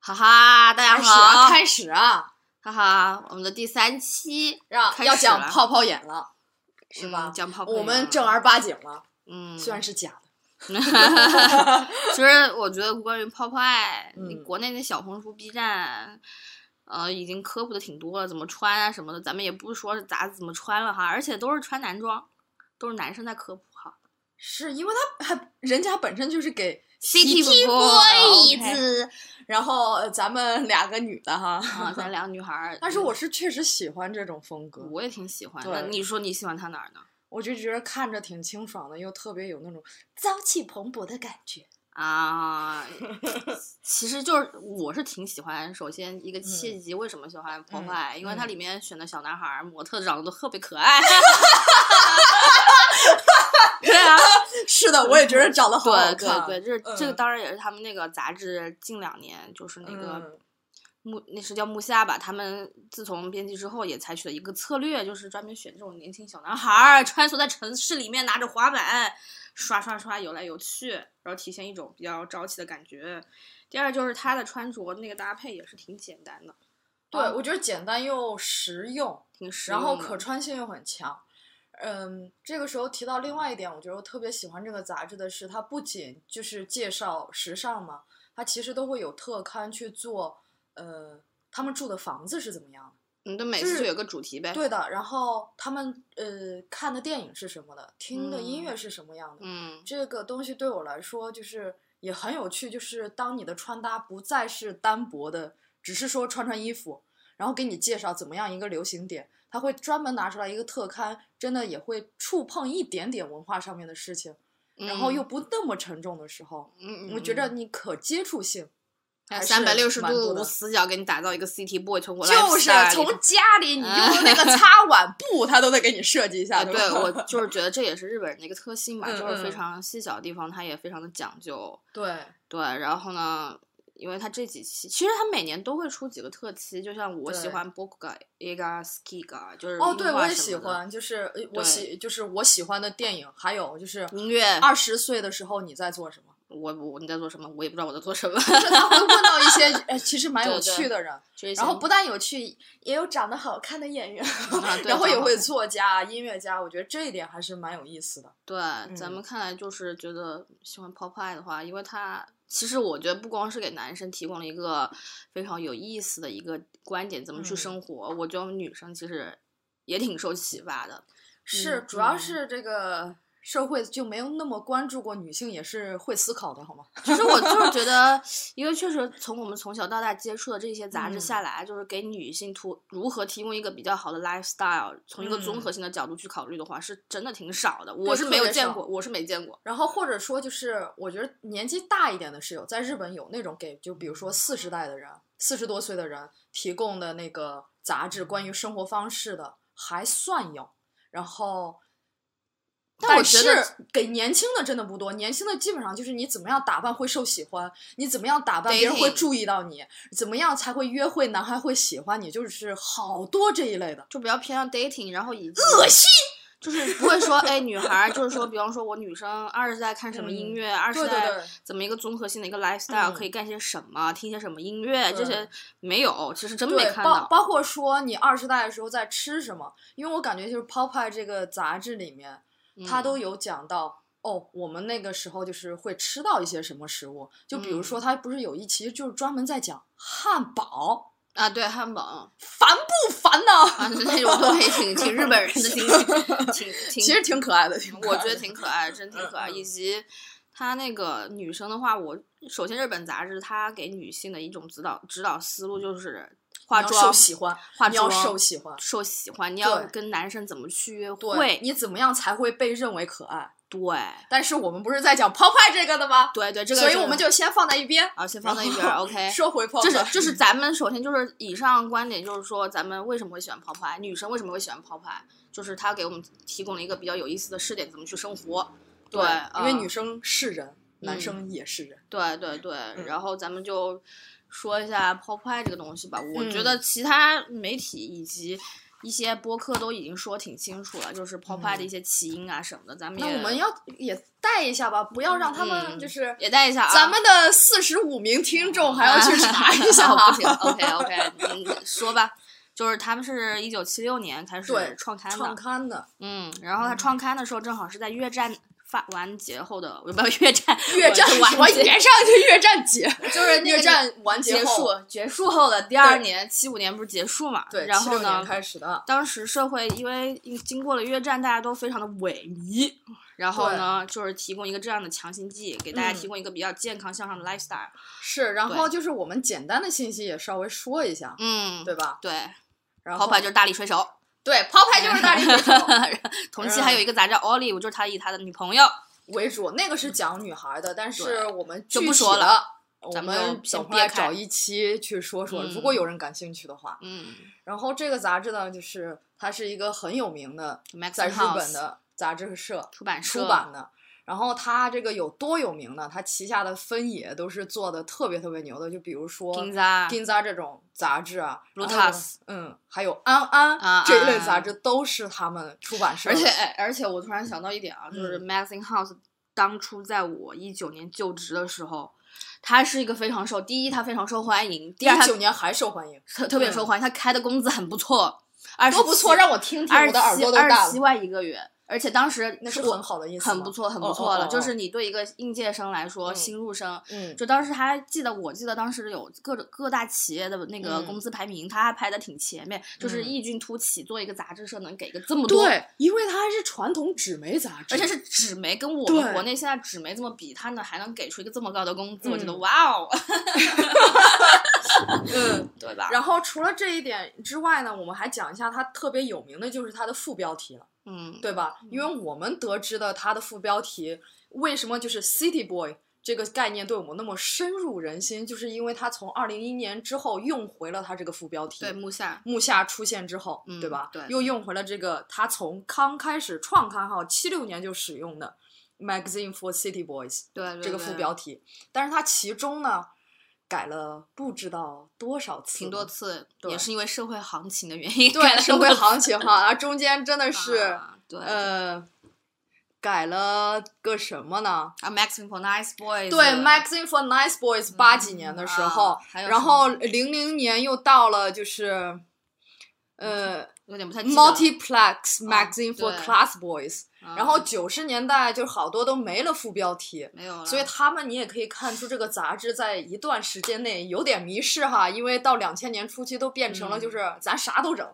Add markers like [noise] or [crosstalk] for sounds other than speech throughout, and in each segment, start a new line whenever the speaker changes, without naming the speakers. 哈哈，大家
开始啊，
好，
开始啊，
哈哈，我们的第三期
让
开
要
始
讲
了
泡泡眼了，是吧
嗯？讲泡泡
我们
眼
正儿八经了，
嗯，
虽然是假的，
其实我觉得关于泡泡爱，你
嗯
国内那小红书、B 站，呃，已经科普的挺多了，怎么穿啊什么的，咱们也不说是咋怎么穿了哈，而且都是穿男装，都是男生在科普哈。
是因为他还人家本身就是给
City
City
boys
boys 然后呃咱们两个女的哈，
啊，咱两个女孩儿，
但是我是确实喜欢这种风格，
我也挺喜欢的。
对
你说你喜欢他哪儿呢？
我就觉得看着挺清爽的，又特别有那种朝气蓬勃的感觉。 [laughs]
啊，其实就是我是挺喜欢。首先一个契机，为什么喜欢破坏？因为它
嗯
里面选的小男孩儿模特长得都特别可
[laughs]
爱。 [laughs] 对啊，
是的，我也觉得长得好好
对
看。
对对，这是这个
嗯
当然也是他们那个杂志近两年就是那个
嗯
木，那是叫木下吧？他们自从编辑之后也采取了一个策略，就是专门选这种年轻小男孩儿，穿梭在城市里面，拿着滑板刷刷刷游来游去，然后体现一种比较朝气的感觉。第二就是他的穿着那个搭配也是挺简单的，啊
对，我觉得简单又实用，
挺实
然后
用的
可穿性又很强。嗯，这个时候提到另外一点，我觉得我特别喜欢这个杂志的是，它不仅就是介绍时尚嘛，它其实都会有特刊去做，呃，他们住的房子是怎么样的。
你嗯的每
就
次就是有个主题呗。
对的，然后他们呃看的电影是什么的，听的音乐
嗯
是什么样的，
嗯，
这个东西对我来说就是也很有趣，就是当你的穿搭不再是单薄的，只是说穿穿衣服，然后给你介绍怎么样一个流行点，他会专门拿出来一个特刊，真的也会触碰一点点文化上面的事情，然后又不那么沉重的时候，
嗯嗯，嗯
我觉得
嗯
你可接触性还是
三百六十
蛮
度
多的
无死角给你打造一个 CT boy，从我
就是从家里你用的那
[laughs]
个擦碗布，他都得给你设计一
啊，
下，
嗯对
吧 [laughs]
我就是觉得这也是日本人的一个特性吧，
嗯
就是非
嗯
常细小的地方，它也非常的讲究。
对，
对，然后呢，因为它这几期其实它每年都会出几个特期，就像我喜
对
欢 Bokuga、Ega、Skiga，就是
哦，
樱
对，
花
我也
什么
喜
的
欢，就是呃我
对
喜就是我喜欢的电影，还有就是
音乐。
二十岁的时候你在做什么？ [laughs]
我我你在做什么？我也不知道我在做什么。 [laughs]
就是他会问到一些呃其实蛮
对
有
对
趣的人，
就是
然后
像
不但有趣，也有长得好看的演员， [laughs]
啊对
然后
长
也
得好
会
看
作家、啊音乐家，我觉得这一点还是蛮有意思的。
对，咱
嗯
们看来就是觉得喜欢 Popeye 的话，因为它其实我觉得不光是给男生提供了一个非常有意思的一个观点，怎么去
嗯
生活，我觉得我们女生其实也挺受启发的。
是，
嗯
主要
嗯
是这个社会就没有那么关注过女性也是会思考的，好吗？
其实我就是觉得，因为确实从我们从小到大接触的这些杂志
嗯
下来，就是给女性图如何提供一个比较好的 lifestyle，从一个综合
嗯
性的角度去考虑的话，是真的挺少的。我
对
是
特
没有
别
见
少
过，我是没见过。
然后或者说就是，我觉得年纪大一点的是有，在日本有那种给，就比如说四十代的人，四十多岁的人提供的那个杂志，关于生活方式的还算有。然后，
但我觉
是
得
给年轻的真的不多，年轻的基本上就是你怎么样打扮会受喜欢，你怎么样打扮别人会
Dating
注意到你，怎么样才会约会男孩会喜欢你，就是好多这一类的。
就比较偏向 dating，然后以及恶心，就是不会说哎，女孩儿就是说，比方说我女生二十代看什么音
嗯
乐，二十
对对
代
对
怎么一个综合性的一个 lifestyle，、
嗯
可以干些什么，听些什么音乐，这
对
些没有，其实真没
对，
看
包
到。
包括说你二十代的时候在吃什么，因为我感觉就是《Popeye》这个杂志里面，它
嗯
都有讲到、哦，我们那个时候就是会吃到一些什么食物，就比如
嗯
说它不是有一期就是专门在讲汉堡，
啊，对汉堡，
烦不烦呢？
啊， [laughs] 那种都还挺挺日本人的精神，挺挺，
[laughs] 其实挺可爱的，挺可
我
爱
觉得
的
挺可爱，真挺可爱，
嗯嗯
以及。他那个女生的话，我首先日本杂志它给女性的一种指导指导思路就是化
你要受
妆、
喜欢，
化
你要
妆、
受喜欢。
受喜欢，你要
对
跟男生怎么去约
对，
会，
你怎么样才会被认为可爱？
对
但是我们不是在讲 Popeye 这个的吗？
对对，这个
所以
是
我们就先放在一边，
啊先放在一边
然
儿
后
，OK。
[laughs] 说回 Popeye，
这是
[laughs]
这是咱们首先就是以上观点，就是说咱们为什么会喜欢泡泡爱，女生为什么会喜欢泡泡爱，就是她给我们提供了一个比较有意思的试点，怎么去生活。对，
因为
嗯
女生是人，
嗯
男生也是人。
对对对，
嗯
然后咱们就说一下泡泡爱这个东西吧。我觉
嗯
得其他媒体以及一些播客都已经说挺清楚了，就是 pop up 的一些起因啊什么的，咱们
嗯那
也
我们要也带一下吧，不要让他们就是、
也带一下啊。
咱们的四十五名听
哦
众还要去查一 [laughs] 下
不
啊。
行，OK OK，嗯，说吧，就是他们是一九七六年开始
对
创刊
创
的，
刊的
嗯，然后他创刊的时候正好是在越战发完结后的，我不要越战
越战
我是，
我
完
连
结
上去越战节，
就是那个
越战完
结
后，
束结束后的第二
对
年，七五年不是结束嘛？
对，
然后
76年
呢，
开始的，
当时社会因为经过了越战，大家都非常的萎靡，然后呢，就是提供一个这样的强心剂，给大家
嗯
提供一个比较健康向上的 lifestyle，
是，然后就是我们简单的信息也稍微说一下，
嗯，
对吧？
对，
然后
跑跑就是大力水手。
对，抛牌就是
[laughs]
大力水手
同期还有一个杂
嗯
志《Olive》，就是他以他的女朋友，
为主，那个是讲女孩的，但是
对
我们
就
具
不
体
说
的，我
咱们
们
就先
等会儿
别开
找一期去说说，如
嗯
果有人感兴趣的话。
嗯
然后这个杂志呢，就是它是一个很有名的，
，Max
在日本的杂志社
出版社
出版的。然后它这个有多有名呢？它旗下的分野都是做的特别特别牛的，就比如说
Ginza，啊
Ginza 这种杂志啊
Lotus
然后嗯，还有安安
啊
这一类杂志都是他们出版社
而
的。
且哎而且我突然想到一点啊，就是
嗯
Magazine House 当初在我一九年就职的时候，它是一个非常受，第一它非常受欢迎，第二
一
它
九年还受欢迎，
特特别受欢迎，它开的工资很不错，二
多不错，让我听听，
二
我的耳朵都大
十七
了。
万一个月，而且当时
那是
我
很好的意思吗，
很不错，很
哦
不
哦
错了，
哦哦
就是你对一个应届生来说，
嗯
新入生。
嗯，
就当时还记得，我记得当时有各种各大企业的那个
嗯
工资排名，他还排的挺前面，就是
嗯
异军突起，做一个杂志社能给个这么多，
对，因为它还是传统纸媒杂志，
而且是纸媒，跟我
对
们国内现在纸媒这么比，他呢还能给出一个这么高的工资，我觉得
嗯
哇哦， [laughs]
嗯。
对吧？
然后除了这一点之外呢，我们还讲一下它特别有名的就是它的副标题了，
嗯，
对吧？因为我们得知的它的副标题为什么就是 City Boy 这个概念对我们那么深入人心，就是因为它从二零一一年之后用回了它这个副标题。
对木下，
木下出现之后，
嗯
对吧？
对
又用回了这个他从刚开始创刊号七六年就使用的 “magazine for city boys”
对对
这个
对
副标题，但是它其中呢改了不知道多少次，
挺多。次，
对
也是因为社会行情的原因，
对社会行情哈，啊，中间真的是、
啊对
呃，改了个什么呢？
啊，Maxim for Nice Boys，
对，《Magazine for Nice Boys》八几年的时候，
嗯啊还有
然
什
后
么
零零年又到了就是，呃
有点不太记得了
，Multiplex Magazine for
对
Class Boys，
啊
然后九十年代就好多都没了副标题。
没有了，
所以他们你也可以看出，这个杂志在一段时间内有点迷失哈，因为到两千年初期都变成了
嗯
就是咱啥都整，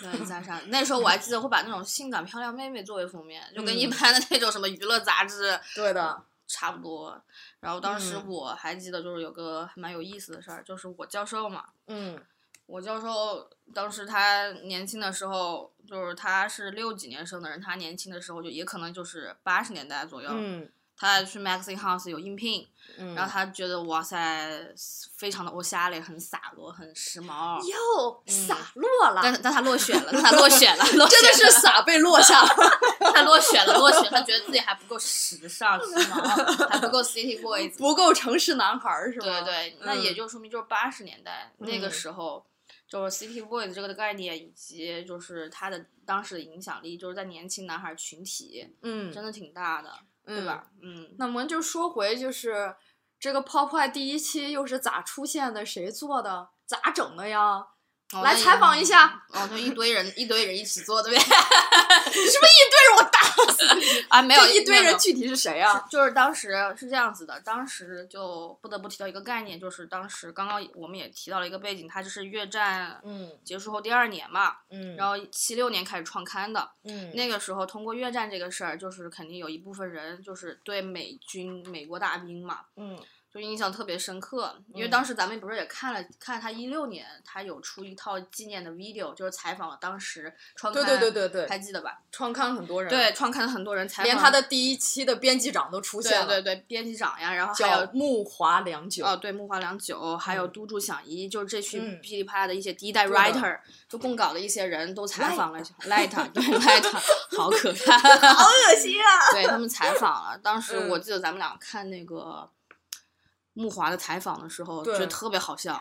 对，三上那时候我还记得会把那种性感漂亮妹妹作为封面，就跟一
嗯
般的那种什么娱乐杂志
对的，
差不多。然后当时
嗯
我还记得就是有个还蛮有意思的事儿，就是我教授嘛，
嗯
我教授当时他年轻的时候，就是他是六几年生的人，他年轻的时候就也可能就是八十年代左右，
嗯
他去 Maxine House 有应聘，
嗯，
然后他觉得哇塞，非常的欧夏嘞，很洒落，很时髦。
又洒落了，
但但他落选了，但他落
[laughs]
选了，落
真的
选 [laughs]
是
了
洒被落下了。
他落选了，落
[laughs]
选，他觉得自己还不够时尚，时髦，还不够 City Boys。
不够城市男孩 [laughs] 儿是
对
吗？
对，那也
嗯
就说明就是八十年代、那个
嗯
时候，就是 City Boys 这个概念，以及就是它的当时的影响力，就是在年轻男孩群体
嗯，
真的挺大的，对
嗯？
吧？嗯，
那我们就说回就是这个 Pop Pie 第一期又是咋出现的？谁做的？咋整的呀？
哦
来采访一。下，
那也哦，就一堆人，一堆人一起做， [laughs] 对不对？
你是不是一堆人我打死你？
[laughs] 啊，没有
这一堆
没有没
人
有
具体是谁啊？
就是当时是这样子的，当时就不得不提到一个概念，就是当时刚刚我们也提到了一个背景，它就是越战
嗯
结束后第二年嘛，
嗯
然后七六年开始创刊的，
嗯
那个时候通过越战这个事儿，就是肯定有一部分人就是对美军美国大兵嘛，
嗯
就印象特别深刻。因为
嗯
当时咱们不是也看了看他一六年，他有出一套纪念的 video，就是采访了当时创刊，
对对对
对
对对，
还记得吧？
创刊很多人，
对，，创刊的很多人采访，
连他的第一期的编辑长都出现
对对
了，
对编辑长呀，然后还
叫
有。
木华良久。
哦，对，木华良久，还有
嗯
都筑响一，就是这群
嗯
噼里啪啦的一些第一代
对的
writer，就供稿的一些人都采访了 Light，对
[laughs]
Light，好可
好
怕，
[laughs] 恶心啊！
对他们采访了。当时
嗯
我记得咱们俩看那个《木华的采访的时候，
对
觉得特别好笑。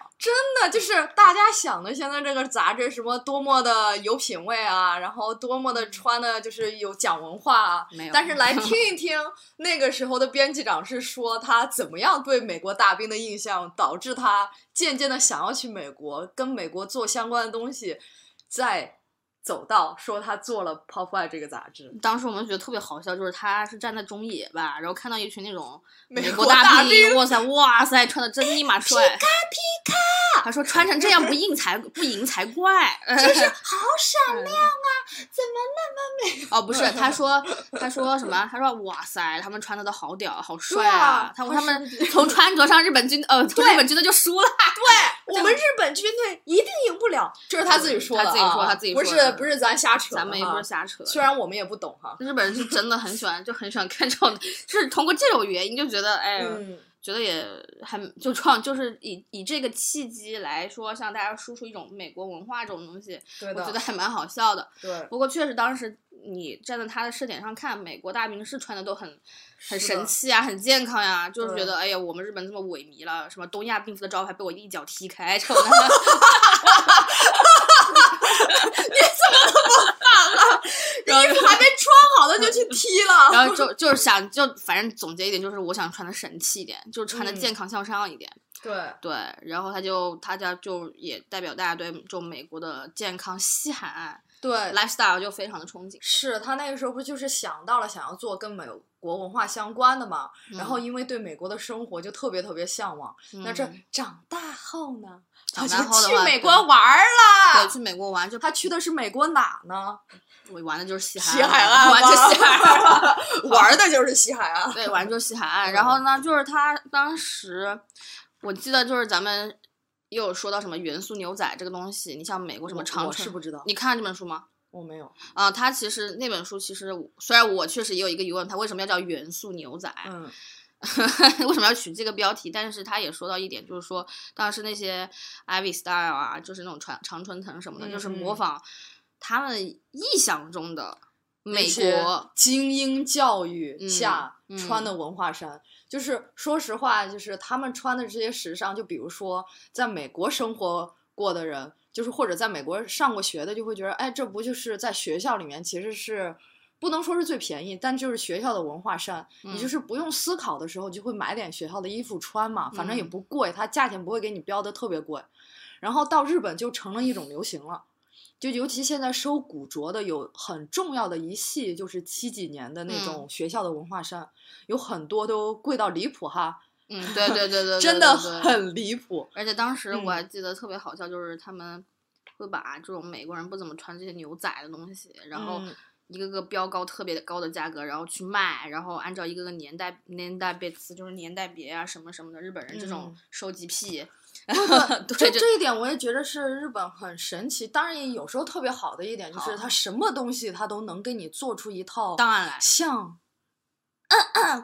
那 [laughs] 就是大家想的现在这个杂志什么多么的有品位啊，然后多么的穿的就是有讲文化啊。
嗯没有，
但
[laughs]
是来听一听，那个时候的编辑长是说他怎么样对美国大兵的印象，导致他渐渐的想要去美国，跟美国做相关的东西，再走到说他做了《Pop Five》这个杂
[laughs]
志。
当时我们觉得特别好笑，就是他是站在中野吧，然后看到一群那种
[laughs] 美
国
国大
兵，
兵
哇塞哇塞，穿的真尼玛帅，皮卡皮卡，他说穿成这样不硬才不赢才怪，就是
好闪
亮啊，
怎么
那么美？哦，不是，他说他说什么？他说哇塞，他们穿的都好屌，好帅
啊
他
他
他
是
们 [laughs]
不是
从穿着上日本军呃，从
对
日本军队就输
[laughs]
了，
我们日本军队一定赢不了，这是他自己说的、啊，
他自己说他自己说
不
的
是不是咱瞎扯的哈，
咱们也不是瞎扯。
虽然我们也不懂哈，
日本人是真的很喜欢，就很喜欢看这种，就是通过这种原因就觉得哎。
嗯，
觉得也很就创，就是以以这个契机来说，向大家输出一种美国文化这种东西，
对
我
的，
觉得还蛮好笑的。
对，
不过确实当时你站在他的视点上看，美国大兵是穿的都很很
是的
神气啊，很健康呀、就是觉
对
得哎呀，我们日本这么萎靡了，什么东亚病夫的招牌被我一脚踢开， [laughs] 这种的
衣服还没穿好呢就去
[laughs]
踢了，
然后就就是想就反正总结一点就是我想穿的神气一点，就是穿的
嗯
健康向上一点。
对，
对，然后他就他家就也代表大家对就美国的健康西海岸。
对，
呃 lifestyle 就非常的憧憬。
是他那个时候不就是想到了想要做跟美国文化相关的嘛，然后
嗯
因为对美国的生活就特别特别向往，那这
嗯
长大后呢，
长
他
大
就
后的
去
话
美
对
国玩儿
对
了，
去美国玩就
他去的是美国哪
[laughs]
呢？
我玩的就是西
西
海
海
岸
岸
玩就西海岸，
[laughs] 岸，玩儿的就是西海岸，
对，玩就是西海
嗯
岸。然后呢，就是他当时我记得就是咱们也有说到什么元素牛仔这个东西，你像美国什么
我
长
我是
城。
不知道，
你看这本书吗？
[laughs] 我没有，
啊，它其实那本书其实我虽然我确实也有一个疑问，它为什么要叫元素牛仔？啊
嗯，
[laughs] 为什么要取这个标题？但是他也说到一点，就是说当时那些 Ivy Style 啊，就是那种长长春藤什么的，就是
嗯嗯
模仿他们臆想中的美
那些
国。
精英教育
嗯
下
嗯
穿的文化衫，就是说实话，就是他们穿的这些时尚，就比如说在美国生活过的人，就是或者在美国上过学的，就会觉得，哎，这不就是在学校里面其实是。不能说是最便宜，但就是学校的文化衫，
嗯
你就是不用思考的时候就会买点学校的衣服穿嘛，反正也
嗯
不贵，它价钱不会给你标的特别贵。然后到日本就成了一种流行了。就尤其现在收古着的有很重要的一系，就是七几年的那
嗯
种学校的文化衫，有很多都贵到离谱哈，
嗯，对对对
[laughs]
对对，
真的
对对
很离谱。
而且当时我
嗯
还记得特别好笑，就是他们会把这种美国人不怎么穿这些牛仔的东西，然后
嗯
一个个标高特别高的价格，然后去卖，然后按照一个个年代年代别词，就是年代别啊什么什么的，日本人这种
嗯
收集癖，对
这
这
这一点我也觉得是日本很神奇，当然也有时候特别好的一点就
好
是它什么东西它都能给你做出一套
档案来，
像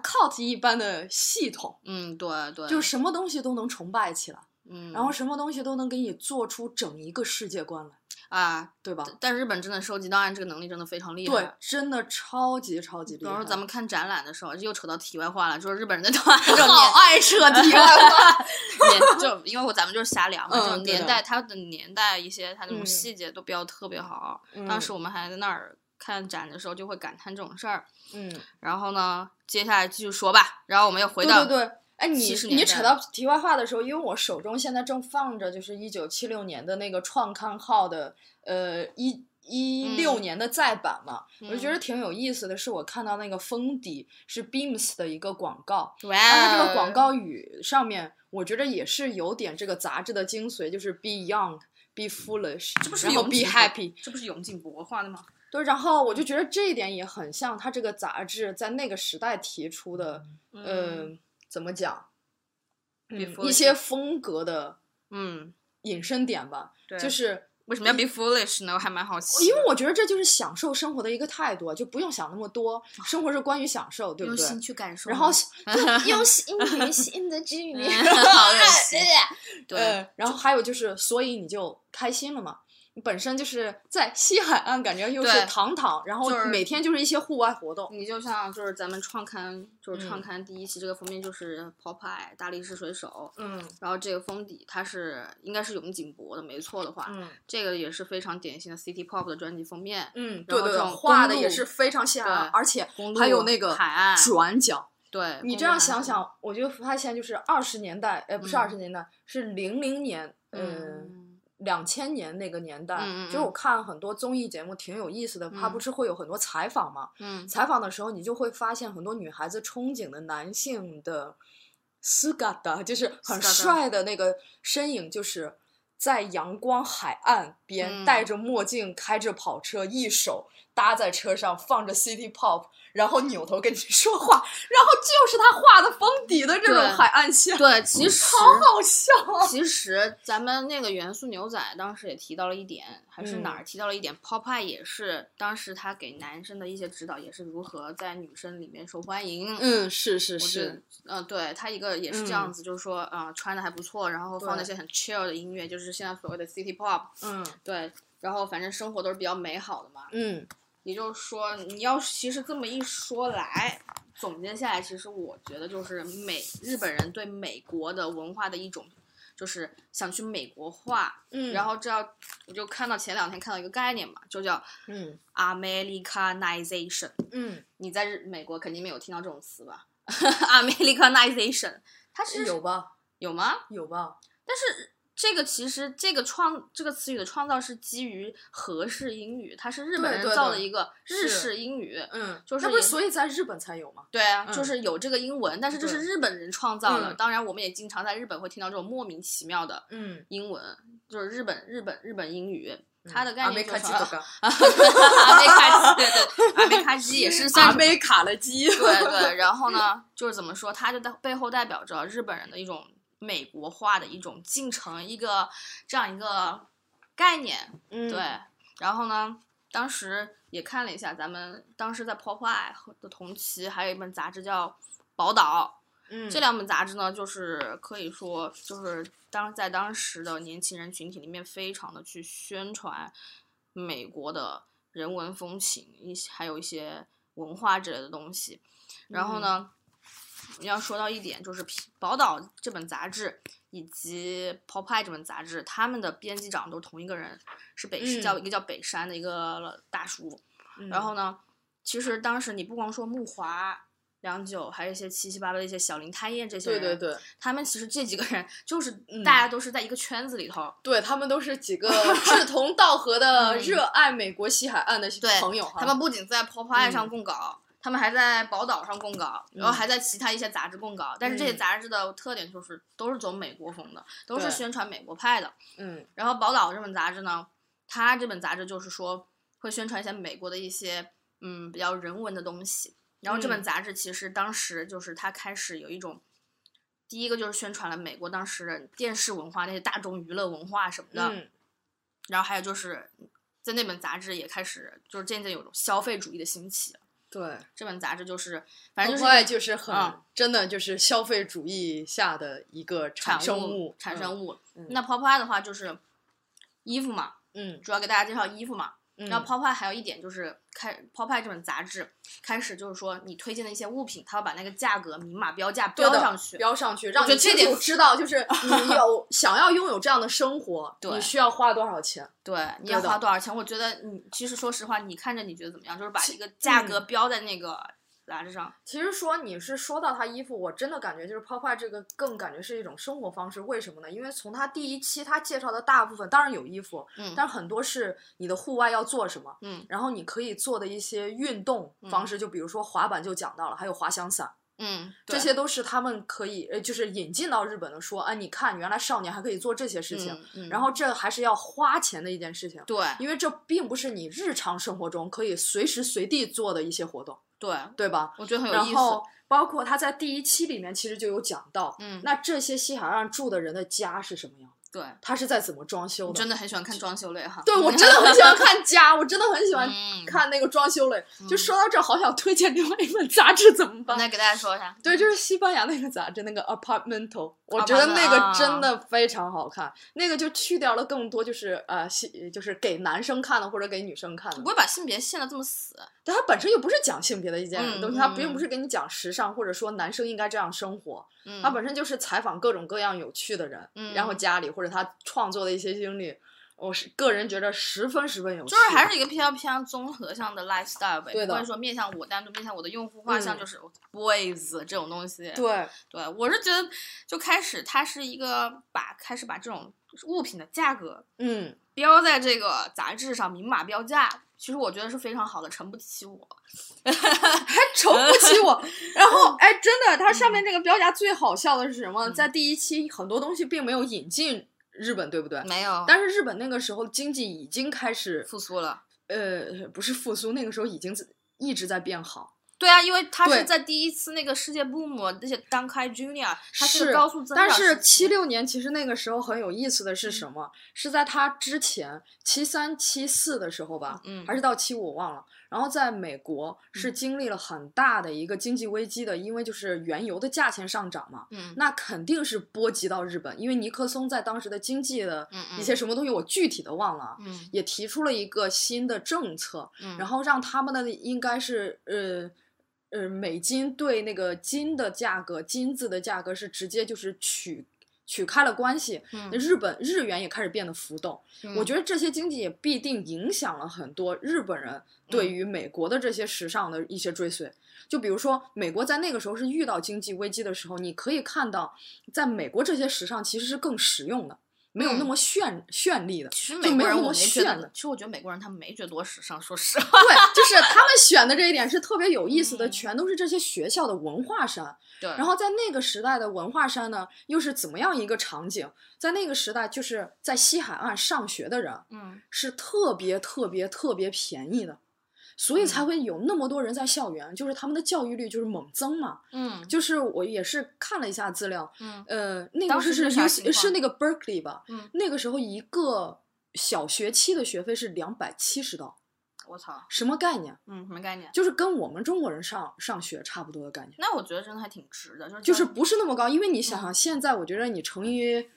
cult 一般的系统，
嗯，对对，
就什么东西都能崇拜起来，
嗯，
然后什么东西都能给你做出整一个世界观来，
啊，
对吧？
但日本真的收集档案这个能力真的非常厉害。
对，真的超级超级
比
厉
方
害。
说咱们看展览的时候，又扯到题外话了，就是日本人的档案这种
好爱扯题
[laughs]
外 [laughs] 话，
年年，就因为我咱们就是瞎聊嘛，
嗯
就是
对的
年代，它的年代一些它那种
嗯
细节都标得特别好。嗯当时我们还在那儿看展的时候，就会感叹这种事儿。
嗯，
然后呢，接下来继续说吧。然后我们又回
对
到
对对。哎，你
70年
你
代
扯到题外话的时候，因为我手中现在正放着就是一九七六年的那个创刊号的，呃，一一六
嗯
年的再版嘛，我就觉
嗯
得挺有意思的。是我看到那个封底是 Beams 的一个广告，
哇哦
它的这
呃
个广告语上面，我觉得也是有点这个杂志的精髓，就是 Be Young。Be foolish，
这不是
然后
永
Be
井博
happy，
这不是永井博画的吗？
对，然后我就觉得这一点也很像他这个杂志在那个时代提出的，
嗯
嗯，怎么讲，嗯
Be
一
foolish
些风格的
嗯，
引申点吧，
对，
就是
嗯为什么要 be foolish 呢？我还蛮好奇的，
因为我觉得这就是享受生活的一个态度啊，就不用想那么多，生活是关于享受，对不
啊用
对？
心去感受嘛。
然后就用心于心的之语，
[laughs] 好恶心对，嗯
呃，然后还有就是，所以你就开心了嘛。你本身就是在西海岸，感觉又
对
是堂堂，然后
就是
每天就是一些户外活动。
你就像就是咱们创刊，就是创
嗯
刊第一期这个封面就是 Popeye 大力士水手，
嗯
然后这个封底它是应该是永井博的，没错的话，
嗯
这个也是非常典型的 City Pop 的专辑封面，
嗯，
然
对
后
对
这
对，
种
画的
公
也
路
是非常显
对
眼，而且
公
还有
路
那个
海岸
转角。
对，
你
公
这
路
样
还
想
是，
想，我觉得它现在就是二十年代，呃，不是
嗯
二十年代，是零零年，嗯。
嗯，
两千年那个年代，
嗯嗯
就是我看很多综艺节目挺有意思的，它不
嗯
是会有很多采访嘛？
嗯，
采访的时候，你就会发现很多女孩子憧憬的男性的斯嘎达，就是很
Sugata
帅的那个身影，就是在阳光海岸边
嗯
戴着墨镜开着跑车，一手搭在车上放着 City Pop，然后扭头跟你说话，然后就是他画的封底的这种
对
海岸线，
对，其实
好笑啊！
其实咱们那个元素牛仔当时也提到了一点，还是哪
嗯
儿提到了一点、p o p e y e 也是当时他给男生的一些指导，也是如何在女生里面受欢迎。
嗯，是是嗯
我觉得，嗯、对他一个也是这样子，就是说，啊、穿的还不错，然后放那
对
些很 chill 的音乐，就是现在所谓的 city pop，
嗯
对，然后反正生活都是比较美好的嘛。
嗯
也就是说，你要是其实这么一说来，总结下来，其实我觉得就是美日本人对美国的文化的一种，就是想去美国化。
嗯
然后这要我就看到前两天看到一个概念嘛，就叫
嗯
Americanization。
嗯，
你在日美国肯定没有听到这种词吧 [laughs] ？Americanization，它是
嗯有吧
有吗？
有吧，
但是这个其实这个创这个词语的创造是基于和式英语，它是日本
对
人
对
造
对
的一个日
是
式英语。
嗯，
就是
那不是
也
所以在日本才有吗？
对啊，就
嗯
是有这个英文，但是这是
对
日本人创造的。
嗯
当然，我们也经常在日本会听到这种莫名其妙的
嗯，
英文，就是日本日本日本英语，它的概念就是
阿梅卡基多
啊
嘎
阿梅卡基，对对，阿梅卡基也是算
阿
是
梅卡了基，
对对。然后呢，就是怎么说，它就代背后代表着日本人的一种美国化的一种进程，一个这样一个概念。
嗯
对，然后呢，当时也看了一下，咱们当时在 Popeye 和的同期还有一本杂志叫《宝岛》，
嗯，
这两本杂志呢，就是可以说就是当在当时的年轻人群体里面，非常的去宣传美国的人文风情，一些还有一些文化之类的东西。然后
嗯
呢，要说到一点，就是皮《宝岛》这本杂志以及《Popeye》这本杂志，他们的编辑长都是同一个人，是北是叫、
嗯
一个叫北山的一个大叔。
嗯，
然后呢，其实当时你不光说木华、良久，还有一些七七八八的一些小林太彦这些
对
人，
对对，
他们其实这几个人就是
嗯
大家都是在一个圈子里头，
对他们都是
[laughs]
几个志同道合的
嗯
热爱美国西海岸的
对
朋友哈，
他们不仅在 Popeye 上
嗯
供稿。他们还在宝岛上供稿，然后
嗯
还在其他一些杂志供稿，但是这些
嗯
杂志的特点就是都是走美国风的，都是
对
宣传美国派的。
嗯
然后《宝岛》这本杂志呢，它这本杂志就是说会宣传一些美国的一些嗯比较人文的东西。然后这本
嗯
杂志其实当时就是它开始有一种，第一个就是宣传了美国当时的电视文化那些大众娱乐文化什么的，
嗯
然后还有就是在那本杂志也开始就是渐渐有种消费主义的兴起。
对，
这本杂志就是反正
很
就是一
快
个
就是很
嗯
真的就是消费主义下的一个
产
产生
物产生
物，
物。
嗯
那 Popeye 的话就是衣服嘛，
嗯
主要给大家介绍衣服嘛。
嗯，
然后 Popeye 还有一点就是开 Popeye 这本杂志开始就是说你推荐的一些物品，它要把那个价格明码标价
对
标
的
上去。
标上去，让
觉
你
得这
清
点
楚知道，就是
[laughs]
你有想要拥有这样的生活，
对
你需要花多少钱。
对，你
对
要
的
花多少钱？我觉得你其实说实话，你看着你觉得怎么样？就是把一个价
嗯
格标在那个杂志上。
其实说你是说到他衣服，我真的感觉就是 Popeye 这个更感觉是一种生活方式。为什么呢？因为从他第一期他介绍的大部分，当然有衣服，
嗯
但很多是你的户外要做什么，
嗯
然后你可以做的一些运动方式，就比如说滑板就讲到了，还有滑翔伞，
嗯，
这
对
些都是他们可以呃就是引进到日本的说，啊，你看原来少年还可以做这些事情，
嗯嗯
然后这还是要花钱的一件事情。
对
因为这并不是你日常生活中可以随时随地做的一些活动，
对，
对吧？
我觉得很有
然
意思
后。包括他在第一期里面其实就有讲到，
嗯
那这些西海岸住的人的家是什么样，
对，
他是在怎么装修
你
的。
真的很喜欢看装修类哈。
对 [laughs] 我真的很喜欢看家，我真的很喜欢
嗯
看那个装修类。
嗯
就说到这儿，好想推荐另外一本杂志，怎么办？
那给大家说一下。
对，就是西班牙那个杂志，那个 Apartmental，我
啊
觉
完
得
了
那个
啊
真的非常好看，那个就去掉了更多就是呃，性就是给男生看的或者给女生看
不
的，
会把性别限的这么死。
但它本身又不是讲性别的一件
嗯
东西，它
嗯
并不是给你讲时尚或者说男生应该这样生活，
嗯，
它本身就是采访各种各样有趣的人，
嗯
然后家里或者他创作的一些经历，我是个人觉得十分十分有趣，
就是还是一个偏向偏向综合向的 lifestyle 呗，
对的
不会说面向我单独面向我的用户画像，
嗯
就是 boys 这种东西。
对
对，我是觉得就开始它是一个把开始把这种物品的价格
嗯。
标在这个杂志上，明码标价。其实我觉得是非常好的，承不起我。
瞅不起我。
[laughs]
然后，哎，真的，它上面这个标价最好笑的是什么？
嗯
在第一期，很多东西并没有引进日本，对不对？
没有，
但是日本那个时候经济已经开始，
复苏了。
呃，不是复苏，那个时候已经一直在变好。
对啊，因为它
对
是在第一次那个世界 boom，而且刚开 junior，它是
是
个高速嗯增长
但
时期。
是七六年其实那个时候很有意思的是什么？是在它之前七三七四的时候吧，
嗯
还是到七五我忘了。然后在美国是经历了很大的一个经济危机的，因为就是原油的价钱上涨嘛，
嗯
那肯定是波及到日本，因为尼克松在当时的经济的
嗯嗯
一些什么东西，我具体的忘了啊，
嗯
也提出了一个新的政策，
嗯，
然后让他们的应该是呃呃美金对那个金的价格，金子的价格是直接就是取取开了关系，
嗯
那日本日元也开始变得浮动，我
嗯
觉得这些经济也必定影响了很多日本人对
嗯
于美国的这些时尚的一些追随。就比如说，美国在那个时候是遇到经济危机的时候，你可以看到，在美国这些时尚其实是更实用的，没有那
嗯
么绚绚
[laughs]
丽的。
其实
就
美国
没有
人
那
我
么
没觉
炫
得
的，
其实我觉得美国人他们没觉得多时尚，说实话。
对，就是他们选的这一点是特别有意思的，
嗯
全都是这些学校的文化衫。
对，
[laughs] 然后在那个时代的文化衫呢，又是怎么样一个场景？在那个时代，就是在西海岸上学的人，
嗯
是特别特别特别便宜的，所以才
嗯
会有那么多人在校园，就是他们的教育率就是猛增嘛。
嗯
就是我也是看了一下资料，
嗯
呃，那个
当
是
时
是
是啥
U
情况
是那个 Berkeley 吧，
嗯，
那个时候一个小学期的学费是两百七十刀，
我操，
什么概念？
嗯，什么概念？
就是跟我们中国人上上学差不多的概念，
那我觉得真的还挺值的，就是
就是
这样
不是那么高，因为你想想，现在我觉得你乘以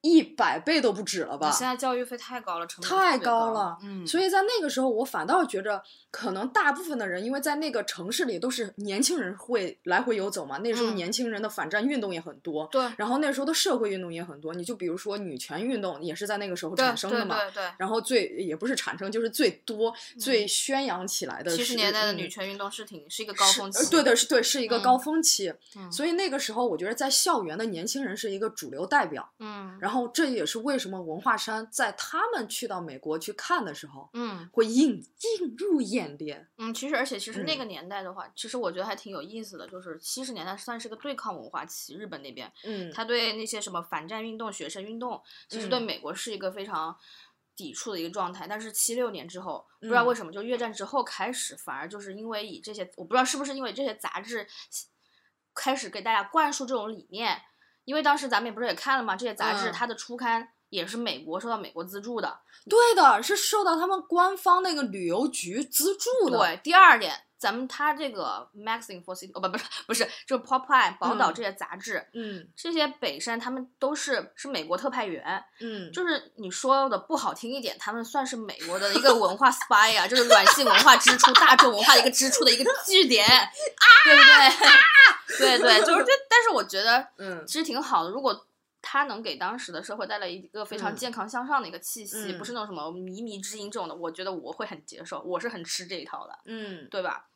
一百倍都不止了吧？
现在教育费太高了，成本
太
特别
高
高
了
嗯，
所以在那个时候，我反倒觉着，可能大部分的人，因为在那个城市里都是年轻人会来回游走嘛，那时候
嗯
年轻人的反战运动也很多，
对
然后那时候的社会运动也很多。你就比如说女权运动也是在那个时候
对
产生的
对
嘛，
对对，
然后最也不是产生，就是最多、最宣扬起来的
七
是
十年代的
嗯
女权运动是挺是一个高
是
峰
呃
期，
对的，是对，是一个
嗯
高峰期。
嗯
所以那个时候，我觉得在校园的年轻人是一个主流代表。
嗯
然后这也是为什么文化衫在他们去到美国去看的时候，
嗯
会映映入眼帘。
嗯，其实而且其实那
嗯
个年代的话，其实我觉得还挺有意思的，就是七十年代算是个对抗文化期，日本那边
嗯
他对那些什么反战运动、学生运动，其实对
嗯
美国是一个非常抵触的一个状态。但是七六年之后，不知
嗯
道为什么，就越战之后开始，反而就是因为以这些，我不知道是不是因为这些杂志开始给大家灌输这种理念，因为当时咱们也不是也看了嘛，这些杂志
嗯
它的初刊也是美国受到美国资助的。
对的，是受到他们官方那个旅游局资助的。
对，第二点。咱们它这个 magazine for city 哦不不是不是就是 Popeye 宝岛
嗯
这些杂志，
嗯
这些北山他们都是是美国特派员，
嗯，
就是你说的不好听一点，他们算是美国的一个文化 spy 啊，就是软性文化支出、大众文化的一个支出的一个据点，
啊
对不 [laughs] 对？对对，就是这。但是我觉得
嗯
其实挺好的，如果它能给当时的社会带来一个非常
嗯
健康向上的一个气息，
嗯
不是那种什么靡靡之音这种的，我觉得我会很接受，我是很吃这一套的，
嗯，
对吧？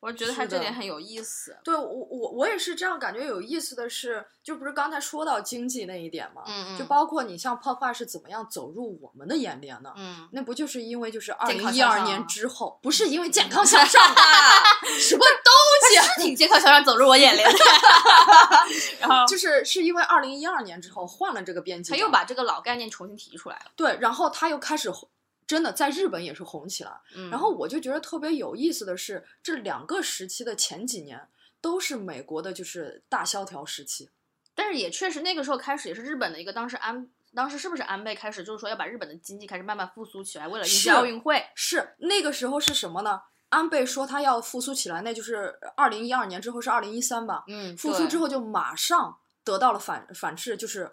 我觉得它
是
这
的
点很有意思。啊
对我我我也是这样感觉。有意思的是，就不是刚才说到经济那一点嘛，
嗯嗯，
就包括你像 Pop Up 是怎么样走入我们的眼帘的。
嗯，
那不就是因为就是二
健
零
康
一
向
二
上
年
啊
之后，嗯不是因为健康向上 [laughs] 啊，什
[laughs]
么东西？
啊是挺健康向上走入我眼帘的， [laughs] 然后
就是是因为二零一二年之后换了这个编
啊
辑
他
长，
又把这个老概念重新提出来了。
对，然后他又开始红真的在日本也是红起来。
嗯
然后我就觉得特别有意思的是，这两个时期的前几年都是美国的就是大萧条时期。
但是也确实那个时候开始也是日本的一个当时安。当时是不是安倍开始就是说要把日本的经济开始慢慢复苏起来，为了迎接
是
奥运会？
是那个时候是什么呢？安倍说他要复苏起来，那就是二零一二年之后是二零一三吧。
嗯
复苏之
后，
后就马上得到了反反斥，就是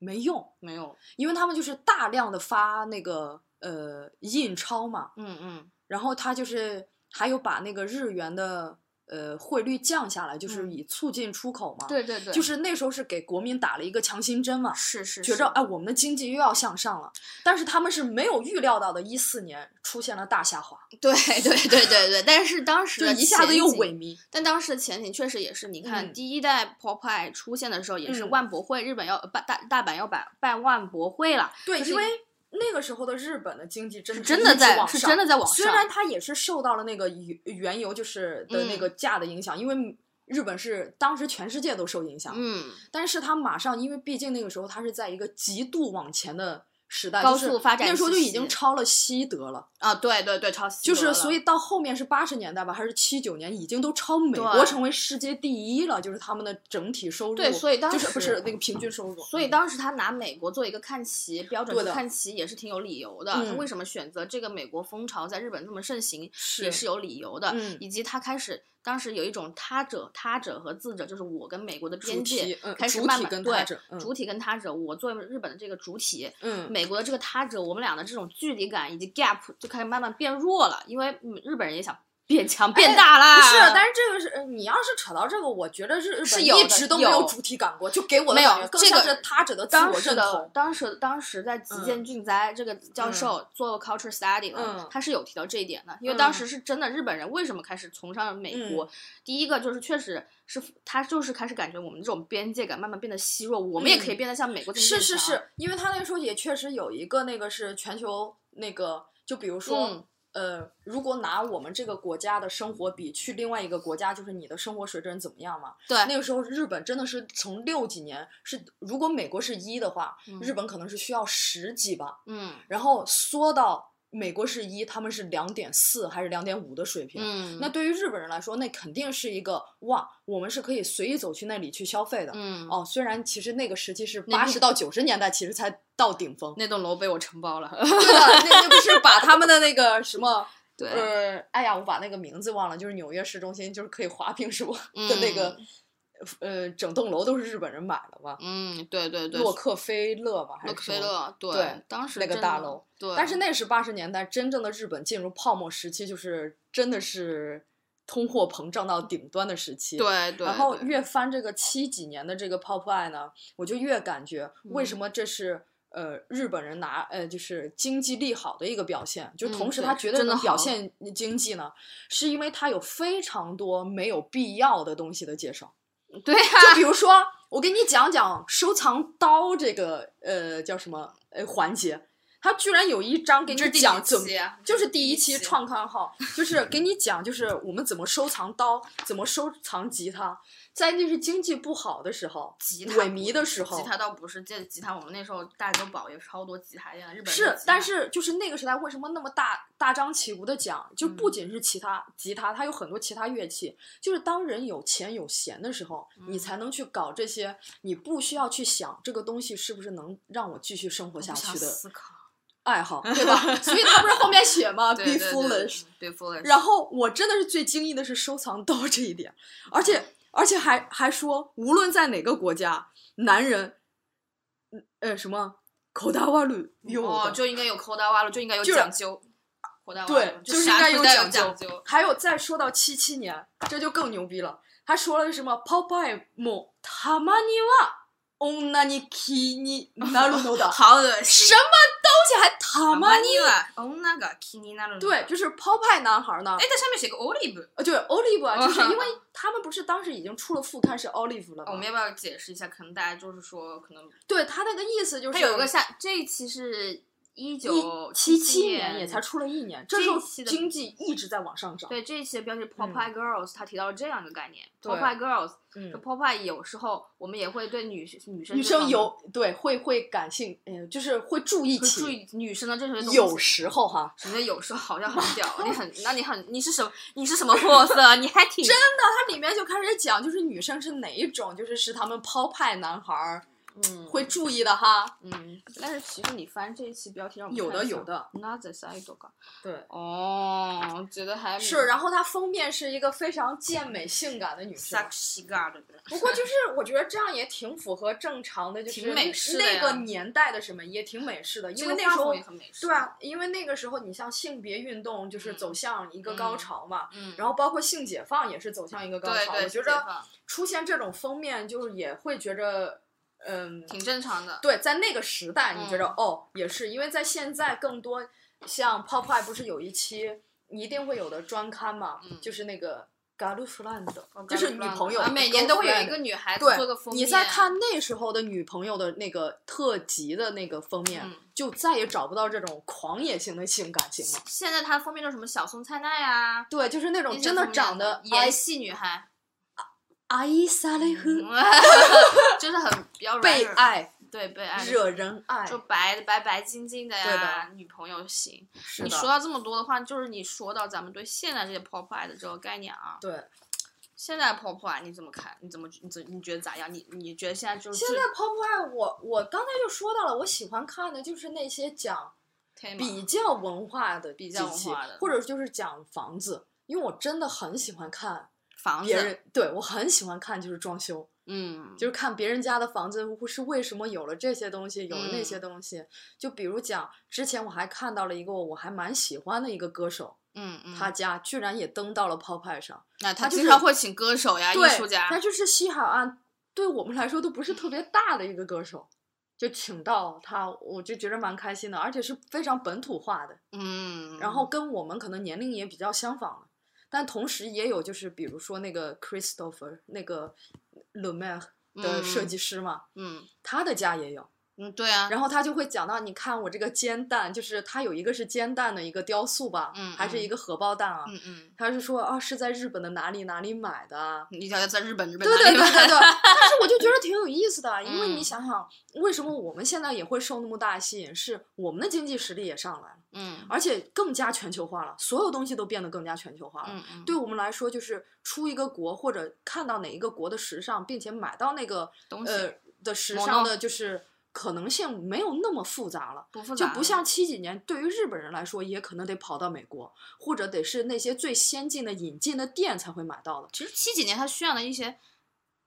没用，
没有，
因为他们就是大量的发那个呃印钞嘛，
嗯嗯，
然后他就是还有把那个日元的呃汇率降下来，就是
嗯
以促进出口嘛，
对对对，
就是那时候是给国民打了一个强心针嘛，
是是
觉
是
着哎，我们的经济又要向上了，但是他们是没有预料到的，一四年出现了大下滑，
对对对对对，但是当时
就
的
一下子
前
又
景
萎靡。
但当时的前景确实也是，你看、
嗯
第一代 Popeye 出现的时候，也是
嗯
万博会，日本要呃办大大阪要办办万博会了，
对，
可是
因为那个时候的日本的经济真
是
的
真
一
的
直
在
往
是
上
真的在往
虽
上。
然它也是受到了那个原原油就是的那
嗯
个价的影响，因为日本是当时全世界都受影响，
嗯，
但是它马上因为毕竟那个时候它是在一个极度往前的时代，
高
就是
速发展
那时候就
时
已经
期
超了西德了，
啊，对对对，抄袭
就是
了
所以到后面是八十年代吧，还是七九年，已经都超美国
对
成为世界第一了，就是他们的整体收入，
对所以当
就是不是
时
那个平均收入，嗯
所以当时他拿美国做一个看齐标准
对
去
的
看齐，也是挺有理由的。他
嗯
为什么选择这个美国风潮在日本这么盛行，也
是
是有理由的。
嗯
以及他开始当时有一种他者、他者和自者，就是我跟美国的边
主
界
体嗯
开始
主
慢
体
慢
跟
对
他者嗯
主体跟他者，我作为日本的这个主体。
嗯
美国的这个他者，我们俩的这种距离感以及 gap 就开始慢慢变弱了，因为嗯日本人也想变强变大啦。
哎不是，但是这个是呃你要是扯到这个，我觉得是日
啊是
本
有
一
的
直都没有
有
主体感过，就给我的
没有
感觉更
这
像
个
是他者的自
当
我
时
认
的
同。
当时当时在吉见俊哉这个教授做 culture study 呢，
嗯
他是有提到这一点的，因为
嗯
当时是真的日本人为什么开始崇尚美国，第一个就是确实是他就是开始感觉我们这种边界感慢慢变得稀弱，我们也可以
嗯
变得像美国这么
是
变
是
强
是，因为他那个时候也确实有一个那个是全球那个，就比如说、
嗯
呃，如果拿我们这个国家的生活比去另外一个国家，就是你的生活水准怎么样嘛？
对，
那个时候日本真的是从六几年是，如果美国是一的话，
嗯
日本可能是需要十几吧，
嗯
然后缩到美国是一，他们是两点四还是两点五的水平。
嗯，
那对于日本人来说，那肯定是一个哇，我们是可以随意走去那里去消费的。
嗯
哦，虽然其实那个时期是
那。
八十到九十年代，其实才到顶峰
[laughs] 那栋楼被我承包了， [laughs]
对的，那那不是把他们的那个什么
对，
呃，哎呀，我把那个名字忘了，就是纽约市中心，就是可以滑冰什么
嗯
的那个，呃，整栋楼都是日本人买的嘛，
嗯，对对对，
洛克菲勒嘛，还
洛
是
克
什
菲
么。
勒，对
对
当时
那个
真
大
的
楼，
对，
但是那是八十年代真正的日本进入泡沫时期，就是真的是通货膨胀到顶端的时期。
对对，
然后
对
越翻这个七几年的这个 Popeye 呢，我就越感觉为
嗯
什么这是、呃日本人拿呃就是经济力好的一个表现，就
嗯
同时
对
他绝对
真的
能表
好
现经济呢，是因为他有非常多没有必要的东西的介绍，
对呀、
就比如说我给你讲讲收藏刀这个呃叫什么呃环节，他居然有一章给
这是
你
第
讲
几
怎么
期啊
就是第
第
一
一
期
期
创刊号，
[laughs]
就是给你讲，就是我们怎么收藏刀，怎么收藏吉他，在那是经济不好的时候，
吉他
萎靡的时候
吉，他倒不是，这吉他我们那时候大周宝也超多吉他店，日本人的
是
吉，
但
他
是就是那个时代为什么那么大大张旗鼓的讲，就不
嗯
仅是其他吉他，它有很多其他乐器，就是当人有钱有闲的时候，你
嗯
才能去搞这些，你不需要去想这个东西是不是能让我继续生活
我
下
不想
去的
思考，
爱
[laughs]
好，对吧？所以他不是后面写吗？Be
对对对
foolish。
嗯，be foolish，
然后我真的是最惊异的是收藏刀这一点，而
啊
且而且还还说，无论在哪个国家，男人，嗯呃什么口袋袜绿有
哦，就应该有扣大挖了，就应该有
就是
讲究，扣大挖
对
了，
就是
啥
应该
都
有
得
讲
讲
究
究，
还有再说到七七年，这就更牛逼了。他说了什么 “Popeye mo tamani wa onna ni ki
[laughs]
ni naru no da”，
好恶
什
心。
么东西还 tamani？
了，哦，那个 kini 那种，
对，，就是 Popeye 男孩呢
哎，，它上面写个 olive，
呃，对 Olive，啊
[laughs]
就是因为他们不是当时已经出了副刊是 Olive 了
哦我
吗
们？要不要解释一下？可能大家就是说，可能
对他那个意思就
它
是
有一个下，这一期是一九
一七
七
年也才出了一年，这
这
时候
一期的
经济一直在往上涨。
对这一期的标题是
嗯
Popeye Girls，、它提到了这样一个概念
对
，Popeye Girls，
嗯
这 Popeye 有时候我们也会对女女生这
女
方
生
面
有对会会感性，呃，就是会注意
会
起，
注意女生的这些东西
有时候哈，
什么有时候好像很屌，
[laughs]
你很那你很你是什么你是什么货色？啊你还挺
真的，它里面就开始讲，就是女生是哪一种，就是是他们抛派男孩儿嗯，
会注意的哈。
嗯，
但是其实你翻这一期标题让我
有的有，的，
那在啥一个？
对，
哦，觉得还
是。然后她封面是一个非常健美性感的女生，
sexy girl 的人，
不过就是我觉得这样也挺符合正常的，就是
挺美式的呀
那个年代的什么也挺美式的，因为那
个画
时
风
候
也很美式
对，啊，因为那个时候你像性别运动就是
嗯
走向一个高潮嘛，
嗯，
然后包括性解放也是走向一个高
对
潮，
对，
我觉
解
得
放
出现这种封面就是也会觉着，嗯，
挺正常的。
对，在那个时代你觉着、
嗯
哦也是，因为在现在更多像 Pop Pie 不是有一期一定会有的专刊嘛，
嗯
就是那个 g a l u f l a n d 就是女朋友
啊，每年都会有一
girlfriend
个女孩子
对
做个封面。
你再看那时候的女朋友的那个特辑的那个封面，
嗯
就再也找不到这种狂野型的性感型了。
现在它封面叫什么小松菜奈啊，
对，就是那
那
种
些
真
封
的
面
长得哎
盐系女孩，
阿伊萨雷
嗯
赫
[laughs] 就是很比较软
被
软，
爱、
对被爱，
惹人爱。
就白白白净净的
对
呀，
的
女朋友型。
是
你
的，
说到这么多的话，就是你说到咱们对现在这些 pop i 的这个概念啊，
对。
现在 pop i 你怎么看？你怎么你怎你觉得咋样？你你觉得现在就是
现在 Pop Eye，我我刚才就说到了，我喜欢看的就是那些讲
在
比较文化的
比
比
较文化的
或者就是讲房子，因为我真的很喜欢看
房
别
子，
人，对我很喜欢看就是装修。
嗯，
就是看别人家的房子是为什么有了这些东西，有了那些
嗯
东西。就比如讲，之前我还看到了一个我还蛮喜欢的一个歌手，
嗯嗯，
他家居然也登到了 Pop Pie 上。
那他
他就
经
是
常会请歌手呀、啊艺
对，
术家
他，就是西海岸对我们来说都不是特别大的一个歌手，就请到他，我就觉得蛮开心的，而且是非常本土化的，
嗯，
然后跟我们可能年龄也比较相仿的。但同时也有就是，比如说那个 Christopher 那个 Le Maire 的设计师嘛，
嗯
他的家也有。
嗯，对啊，
然后他就会讲到，你看我这个煎蛋，就是它有一个是煎蛋的一个雕塑吧，
嗯
还是一个荷包蛋啊？
嗯嗯，
他是说啊，是在日本的哪里哪里买的啊？
你想要在日本，日本
对
哪
对
里
对对
买
对，但是我就觉得挺有意
[laughs]
思的，因为
嗯
你想想，为什么我们现在也会受那么大的吸引？是我们的经济实力也上来了，
嗯
而且更加全球化了，所有东西都变得更加全球化了。
嗯嗯，
对我们来说，就是出一个国或者看到哪一个国的时尚，并且买到那个
东西
呃的时
某
尚
弄
的，就是可能性没有那么复杂了。
不复
就
杂，
不像七几年，对于日本人来说，也可能得跑到美国，或者得是那些最先进的引进的店才会买到的。
其实七几年他炫的一些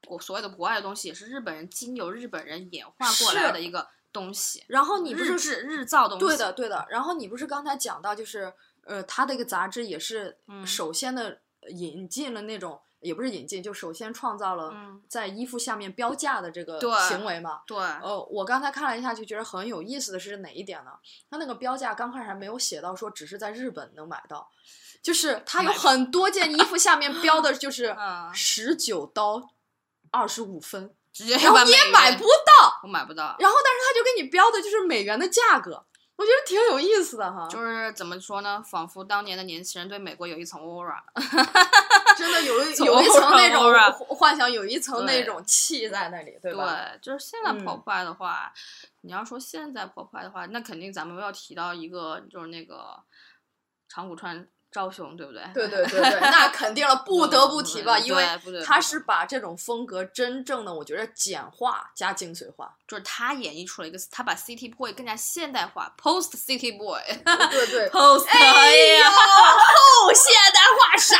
国所谓的国外的东西，也是日本人经由日本人演化过来
是
的一个东西，
然后你不
日
是
制日造东西，
对的，对的。然后你不是刚才讲到，就是呃，他的一个杂志也是
嗯
首先的引进了那种，也不是引进，就首先创造了
嗯
在衣服下面标价的这个
对
行为嘛。
对，嗯
呃，我刚才看了一下，就觉得很有意思的是哪一点呢？它那个标价刚开始还没有写到说只是在日本能买到，就是它有
买不
很多件衣服下面标的就是
嗯
十九刀二十五分，
直接
然后你也买不，到，
我买不到，
然后但是它就给你标的就是美元的价格，我觉得挺有意思的哈，
就是怎么说呢，仿佛当年的年轻人对美国有一层 aura，
真的有一
从
[laughs] 有一层那
从啊
种幻想，有一层
对
那种气在那里，对吧？
对，就是现在
嗯
pop i 的话，你要说现在 pop i 的话，那肯定咱们要提到一个就是那个长谷川昭雄，对不对？
对对对对，那肯定了，不得不提吧，
嗯
因为
对不得不
他
提
是把这种风格真正的，我觉得简化加精髓化。
就是他演绎出了一个，他把 city boy 更加现代化，post city [laughs] boy，post
对对， [laughs]
哎呀，
后现代
[laughs]
化啥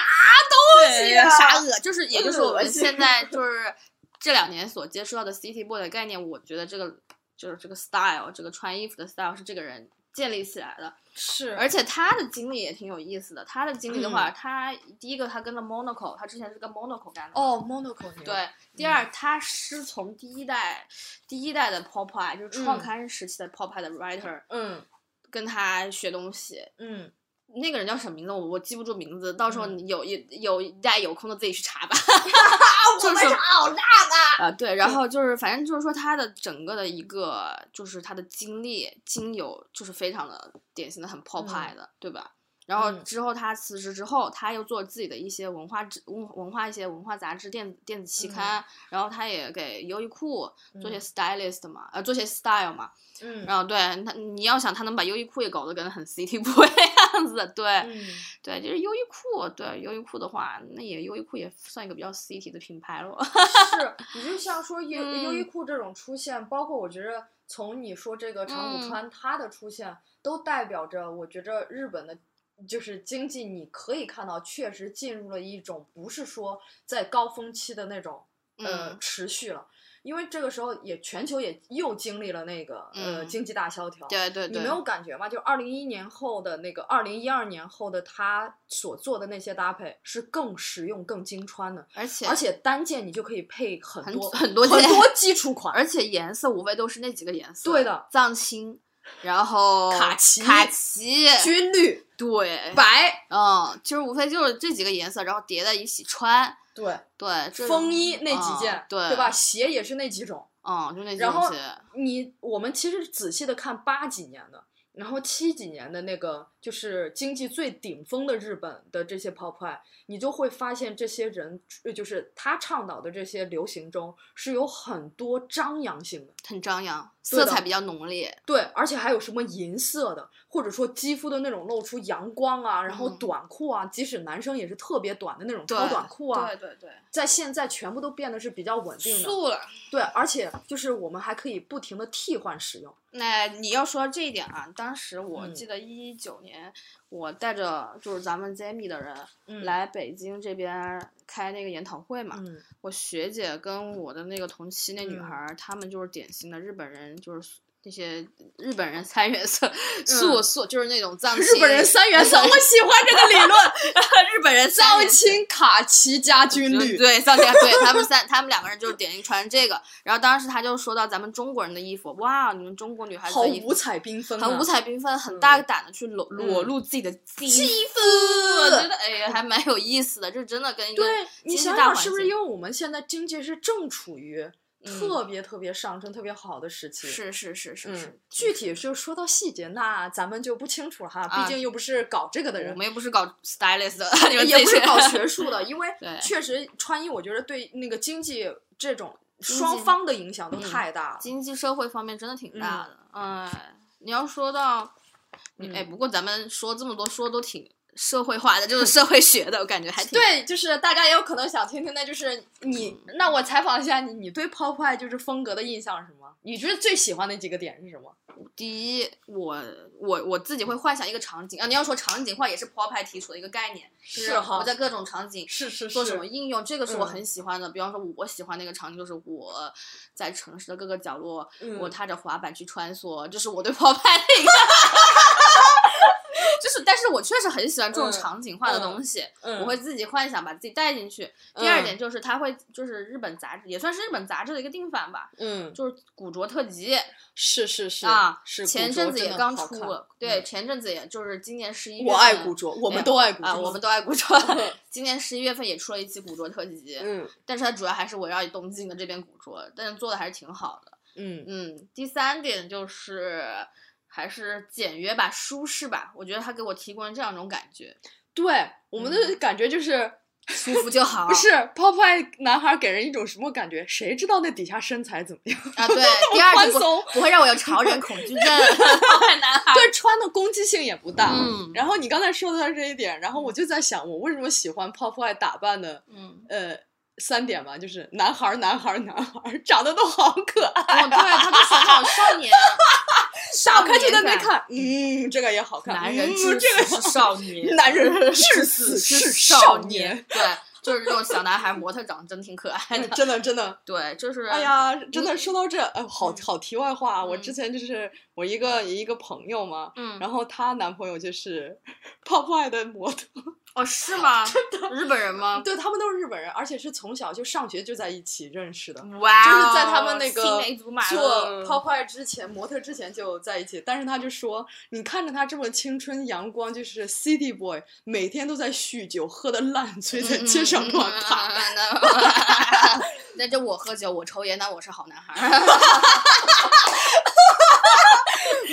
东
对
西啊？
啥恶，啊就是也就是我
恶
们
心
现 [laughs] 在就是这两年所接触到的 city boy 的概念，我觉得这个就是这个 style，这个穿衣服的 style 是这个人建立起来的。
是
而且他的经历也挺有意思的。他的经历的话，
嗯
他第一个他跟了 Monaco，他之前是跟 Monaco 干的。
哦，Monaco 牛
对，第二，他师从第一代，第一代的 Pop Eye，就是创
嗯
刊时期的 Pop Eye 的 writer，、
嗯
跟他学东西。
嗯，
那个人叫什么名字？我我记不住名字，到时候
嗯
你有一有大家有空的自己去查吧。
[laughs] 我
就是
好嗯烂
啊，对，然后就是反正就是说他的整个的一个就是他的经历经由就是非常的典型的很 Pop Eye 的，对吧？然后
嗯
之后他辞职之后，他又做自己的一些文化志文文化一些文化杂志、电电子
嗯
期刊，然后他也给优衣库做些 stylist 嘛，呃，做些 style 嘛。
嗯
然后对他，你要想他能把优衣库也搞得跟很 city [laughs] boy 的样子，对、
嗯
对，就是优衣库，对优衣库的话，那也优衣库也算一个比较 city 的品牌了。 [laughs]
是，你就像说优
嗯
优衣库这种出现，包括我觉着从你说这个长谷
嗯
川他的出现，都代表着我觉着日本的。就是经济，你可以看到，确实进入了一种不是说在高峰期的那种呃
嗯
持续了，因为这个时候也全球也又经历了那个呃
嗯
经济大萧条，
对对
你
对
没，有感觉吗？就二零一一年后的那个二零一二年后的他所做的那些搭配是更实用、更经穿的，
而且
而且单件你就可以配很
很
多
很
多
多件
基础款，
而且颜色无非都是那几个颜色，
对的，
藏青，然后
卡其
卡其，
军绿、
对，
白，
嗯，就是无非就是这几个颜色，然后叠在一起穿，
对，
对，这
风衣那几件，
嗯对，
对吧？？鞋也是那几种。
嗯，就那几
然
东
后
西，
你我们其实仔细的看八几年的，然后七几年的那个就是经济最顶峰的日本的这些 pop i 你就会发现这些人呃就是他倡导的这些流行中是有很多张扬性的，
很张扬，
对
色
的
彩比较浓烈，
对，而且还有什么银色的，或者说肌肤的那种露出阳光啊，然后
嗯
短裤啊，即使男生也是特别短的那种
对
超短裤啊，
对对，
在现在全部都变得是比较稳定的，
了。
对，而且就是我们还可以不停的替换使用，
那你要说这一点啊，当时我
嗯
记得一九年，我带着就是咱们 Jamie 的人
嗯
来北京这边开那个研讨会嘛，
嗯
我学姐跟我的那个同期那女
嗯
孩儿，她、们就是典型的日本人，就是那些日本人三原色，素素就是那种藏青。
嗯日本人三原 [laughs] 色，我喜欢这个理论。
[laughs] 日本人三
藏
原色
青、卡其加军
就
绿，
对，藏青对他们
[laughs]
三，他们两个人就是典型穿这个。然后当时她就说到咱们中国人的衣服，哇，你们中国女孩子
好
的衣服
五彩缤纷、啊，
很五彩缤纷，很大胆的去裸裸
嗯
露自己的肌肤，我觉
肤。
得哎还蛮有意思的，这真的跟一个
对你
经济
想
大
想，
环
是不是
境
因为我们现在经济是正处于
嗯
特别特别上升、特别好的时期？。
是是是是是
嗯，，具体就说到细节，那咱们就不清楚了哈，
啊
毕竟又不是搞这个的
我
人，
们又不是搞 stylist 的，你们
[laughs] 也
自己
不是
学
搞学
[laughs]
术的，因为
对
确实穿衣，我觉得对那个经济这种
经济
双方的影响都
嗯
太大了。
经济社会方面真的挺大的。哎，你要说到，你哎，
嗯
不过咱们说这么多，说都挺社会化的，就是社会学的，我感觉还挺。
对，就是大家也有可能想听听的，就是你，那我采访一下你，你对 Pop Eye 就是风格的印象是什么？你觉得最喜欢的几个点是什么？
第一，我我我自己会幻想一个场景啊，你要说场景化也是 pop 派提出的一个概念，就是
哈
我在各种场景
是是
做什么
是
应用，这个是我
嗯
很喜欢的。比方说，我喜欢那个场景就是我在城市的各个角落，
嗯
我踏着滑板去穿梭，这是我对 pop 派的一个。就是，但是我确实很喜欢这种
嗯
场景化的
嗯
东西，
嗯
我会自己幻想把自己带进去。第二点就是，它会就是日本杂志，也算是日本杂志的一个定番吧，
嗯，
就是古着特辑
是是是
啊。
是
前阵子也刚出
了。
了，对，
嗯
前阵子也就是今年十一月份，
我爱古着，我们都爱古着，
啊，我们都爱古着。 [laughs] 今年十一月份也出了一期古着特辑，
嗯
但是它主要还是围绕于东京的这边古着，但是做的还是挺好的。
嗯
嗯，第三点就是还是简约吧，舒适吧，我觉得它给我提供了这样一种感觉，
对，我们的感觉就是。
舒服就好。
[laughs] 不是 Pop Eye 男孩给人一种什么感觉？谁知道那底下身材怎么样？
啊，对，第
[laughs]
二
宽
就不
松，
不会让我有潮人恐惧症， [laughs] 坏男孩。
对穿的攻击性也不大。
嗯
然后你刚才说到这一点，然后我就在想，我为什么喜欢 Pop Eye 打扮的？
嗯，
呃，三点吧，就是男孩儿、男孩儿、男孩儿，长得都好可爱。
哦，对，他就喜欢那种少
[laughs]
年，
打
少
开就在那边
年感，
看，嗯，这个也好看。
男人
嗯
至
这个也
死
好
是少年，
男人至
至死
死是
是
少
年
年。，
对，就是这种小男孩模特长得真挺可爱
哎
的，
真的，真的，
对，就是
[laughs] 哎呀，真的
你
说到这，哎，好
嗯
好题外话啊。我
嗯
之前就是我一个一个朋友嘛，
嗯，
然后她男朋友就是 [laughs] Pop Eye 的模特，
哦，是
[laughs]
吗？日本人吗？
对他们都是日本人，而且是从小就上学就在一起认识的。
哇
[laughs] 就
哦，
是在他们那
青
个
梅竹马
做
了
Pop Eye 之前，模特之前就在一起，但是他就说，你看着他这么青春阳光，就是 City Boy，每天都在酗酒，喝的烂醉，在街上乱爬。
嗯。嗯嗯嗯嗯那这我喝酒，我抽烟，那我是好男孩。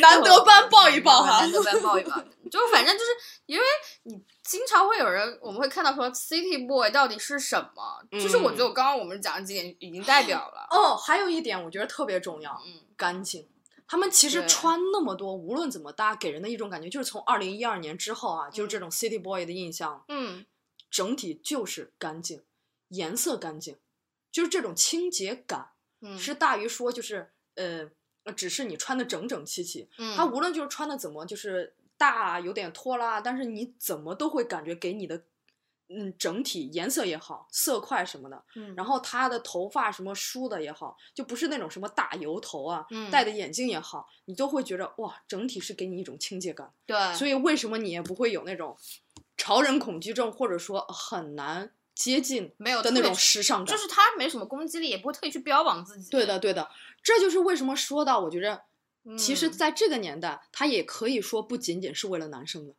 难得班抱一抱哈
难。得班抱一抱。就反正就是因为你经常会有人，我们会看到说 City Boy 到底是什么？就是我觉得我刚刚我们讲的几点已经代表了。
哦，还有一点我觉得特别重要，
嗯，
干净。他们其实
对
穿那么多，无论怎么搭，给人的一种感觉就是从二零一二年之后啊，就是这种 City Boy 的印象，
嗯，
整体就是干净，颜色干净，就是这种清洁感
嗯
是大于说就是呃，只是你穿的整整齐齐，
嗯
它无论就是穿的怎么就是大啊有点拖拉，但是你怎么都会感觉给你的嗯整体颜色也好，色块什么的，
嗯
然后他的头发什么梳的也好，就不是那种什么大油头啊，
嗯
戴的眼镜也好，你都会觉得哇，整体是给你一种清洁感。
对，
所以为什么你也不会有那种潮人恐惧症，或者说很难接近
没有
的
特
那
别
种时尚感？
就是他没什么攻击力，也不会特意去标榜自己。
对的，对的，这就是为什么说到我觉着，
嗯，
其实在这个年代，它也可以说不仅仅是为了男生的，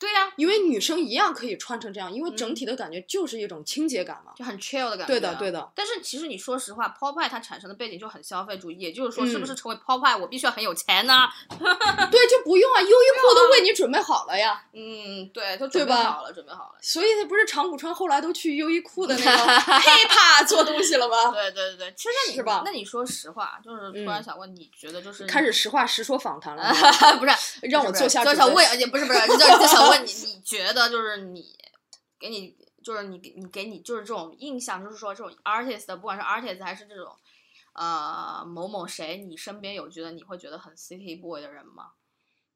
对呀、
因为女生一样可以穿成这样，因为整
嗯
体的感觉就是一种清洁感嘛。
就很 chill 的感觉。
对的，对。的，
但是其实你说实话，Popeye 它产生的背景就很消费主义，也就是说，是
嗯
不是成为 Popeye 我必须要很有钱呢？
对，就不用啊，优衣库都为你准备好了呀。
嗯，对，他
对
准备
吧
好了，准备好了。
所以不是长谷川后来都去优衣库
[laughs]
的那个 HIPA 做东西了吗？
对对对，其实那你
啊是吧嗯
那你说实话，就是突然想问，你觉得就是
开始实话实说访
[laughs]
谈了，
不是
让我
不是
坐下
就
准备。
想问，也不是
[laughs]
不是，就就想问你，你觉得就是你给你就是你给你给你就是这种印象，就是说这种 artist，不管是 artist 还是这种呃某某谁，你身边有觉得你会觉得很 city boy 的人吗？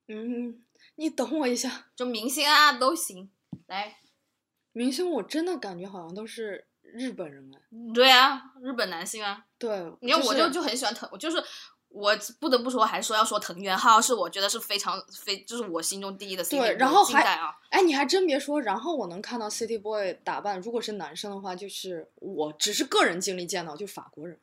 嗯，你等我一下，
就明星啊都行，来，
明星我真的感觉好像都是日本人哎。
对啊，日本男星啊，
对，
你看我就是就很喜欢藤，我就是。我不得不说，还说要说藤原浩是我觉得是非常非，就是我心中第一的 city
对
boy，
然后
近
还
代啊，
哎，你还真别说，然后我能看到 City Boy 打扮，如果是男生的话，就是我只是个人经历见到，就法国人，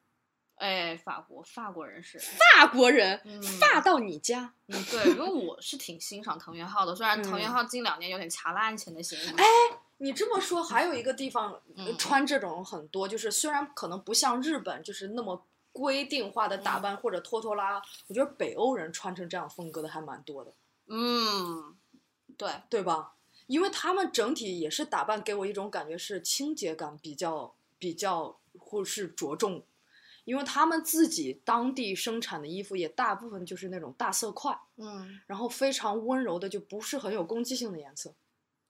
哎，法国法国人是，
法国人、
嗯
发到你家，
嗯，对，因为我是挺欣赏藤原浩的，虽然藤原
嗯
浩近两年有点掐烂钱的嫌疑。
哎你这么说，还有一个地方、呃
嗯
穿这种很多，就是虽然可能不像日本就是那么规定化的
嗯
打扮或者拖拖拉拉，我觉得北欧人穿成这样风格的还蛮多的，
嗯，对，
对吧？因为他们整体也是打扮给我一种感觉是清洁感比较比较或是着重，因为他们自己当地生产的衣服也大部分就是那种大色块，
嗯，
然后非常温柔的，就不是很有攻击性的颜色，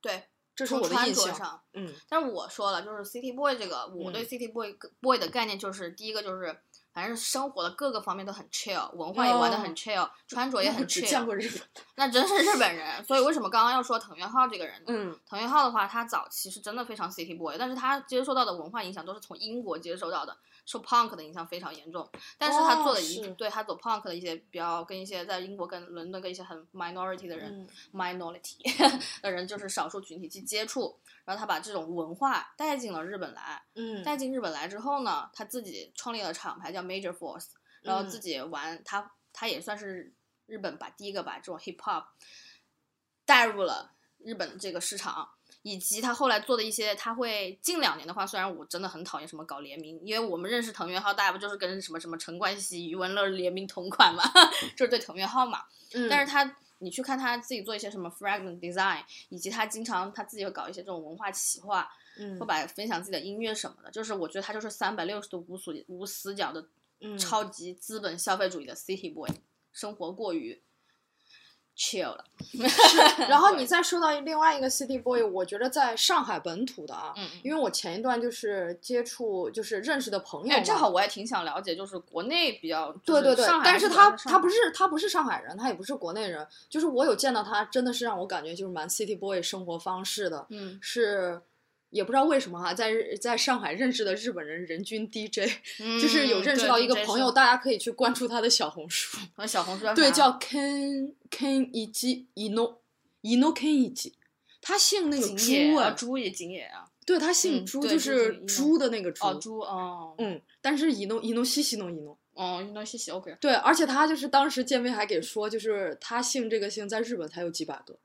对，
这是
从
我的
穿
印
着
象。
上，
嗯
但是我说了，就是 City Boy 这个，我
嗯
对 City Boy、Boy 的概念就是，第一个就是，反正生活的各个方面都很 chill，文化也玩的
哦
很 chill，、穿着也
那我
很
只见
chill，
过
[laughs]
日本。
那真是日本人。所以为什么刚刚要说藤原浩这个人？
嗯，
藤原浩的话，他早期是真的非常 City Boy，但是他接受到的文化影响都是从英国接受到的，受 Punk 的影响非常严重。但是他做的一、
哦是
对他走 Punk 的一些比较跟一些在英国跟伦敦跟一些很 minority 的
嗯
人、minority [laughs] 的人就是少数群体去接触，然后他把这种文化带进了日本来。
嗯
带进日本来之后呢，他自己创立了厂牌叫 Major Force，然后
嗯
自己玩，他他也算是日本把第一个把这种 hip hop 带入了日本这个市场，以及他后来做的一些，他会近两年的话，虽然我真的很讨厌什么搞联名，因为我们认识藤原浩，大家不就是跟什么什么陈冠希、余文乐联名同款嘛， [laughs] 就是对藤原浩嘛，
嗯
但是他。你去看他自己做一些什么 fragment design，以及他经常他自己又搞一些这种文化企划，
嗯
会把分享自己的音乐什么的，就是我觉得他就是三百六十度无死无死角的
嗯
超级资本消费主义的 city boy，、生活过于 chill 了。
然后你再说到另外一个 City Boy，我觉得在上海本土的啊，
嗯，
因为我前一段就是接触就是认识的朋友
哎，
嘛，
正好我也挺想了解，就是国内比较
对对对，但是他他不
是
是他不是上海人，他也不是国内人，就是我有见到他，真的是让我感觉就是蛮 City Boy 生活方式的，
嗯
是也不知道为什么哈，在日在上海认识的日本人人均 DJ，、就是
嗯
有认识到一个朋友，，大家可以去关注他的小红
[laughs]
书，
和嗯小红书上
对，
啥
叫 Ken Ken 以及 Ino Ino Ken 以及，他姓那个
井野
朱
啊，
啊，
猪也井野啊，
对他姓
嗯
朱，
对
就
就是是 Ino
猪的那个
哦猪哦
嗯，但是 Ino Ino 西西弄 Ino。
哦，运动谢谢 OK，
对，而且他就是当时建威还给说，就是他姓这个姓在日本才有几百个，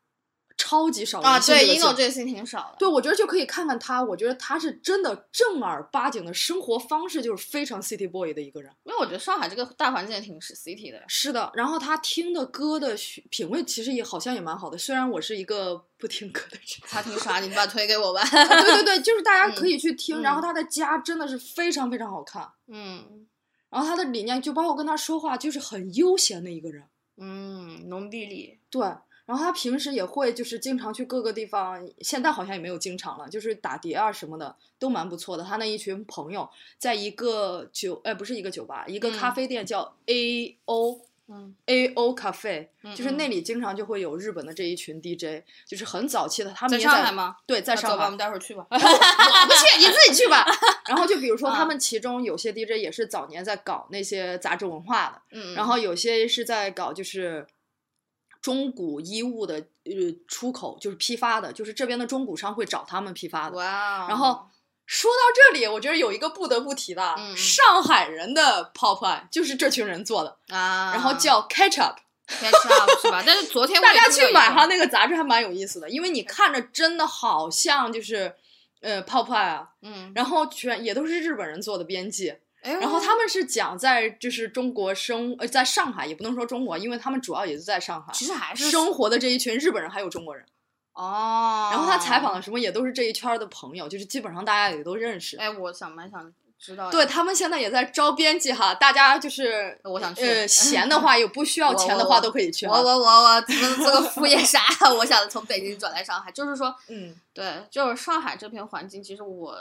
超级少
啊，
人信
对，
个
英总
字
这个事情挺少的。
对，我觉得就可以看看他。我觉得他是真的正儿八经的生活方式就是非常 city boy 的一个人。
因为我觉得上海这个大环境也挺是 city 的，
是的，然后他听的歌的选品味其实也好像也蛮好的。虽然我是一个不听歌的
[laughs]
人，
他听啥你把推给我吧。 [laughs]
对对对，就是大家可以去听。
嗯
然后他的家真的是非常非常好看。
嗯
然后他的理念就包括跟他说话，就是很悠闲的一个人。
嗯，农地里，
对，然后他平时也会就是经常去各个地方，现在好像也没有经常了，就是打碟啊什么的都蛮不错的。他那一群朋友在一个酒，哎，不是一个酒吧，一个咖
嗯
啡店叫 A O、
嗯
A O 咖啡，就是
嗯嗯
那里经常就会有日本的这一群 DJ，就是很早期的，他
在
们也
上海？吗？
对，在
那
上
走吧，我
海 [laughs]
们。待会儿去吧。
我不去，你自己去吧。 [laughs] 然后就比如说，他
嗯
们其中有些 DJ 也是早年在搞那些杂志文化的，
嗯，
然后有些是在搞就是中古衣物的呃出口，就是批发的，就是这边的中古商会找他们批发的。
哇哦，
然后说到这里，我觉得有一个不得不提的，
嗯嗯
上海人的泡泡就是这群人做的，
啊，
然后叫 ketchup。
天上是吧？但是昨天我
大
也
家
听
去
了一
买
个
他那个杂志还蛮有意思的，因为你看着真的好像就是。呃，泡泡啊，
嗯，
然后全也都是日本人做的编辑，然
然
后他们是讲在就是中国生呃，在上海也不能说中国，因为他们主要也是在上海，
其实还是
生活的这一群日本人还有中国人，
哦，
然后他采访的什么也都是这一圈儿的朋友，就是基本上大家也都认识。
哎，我想蛮想知道，
对，他们现在也在招编辑哈，大家就是
我想去 [laughs]
呃，闲的话有不需要
我
钱的
我
话
我
都可以去
我
哈。
我我我怎么做个副业 [laughs] 啥？我想从北京转来上海，就是说，
嗯，
对，就是上海这片环境，其实我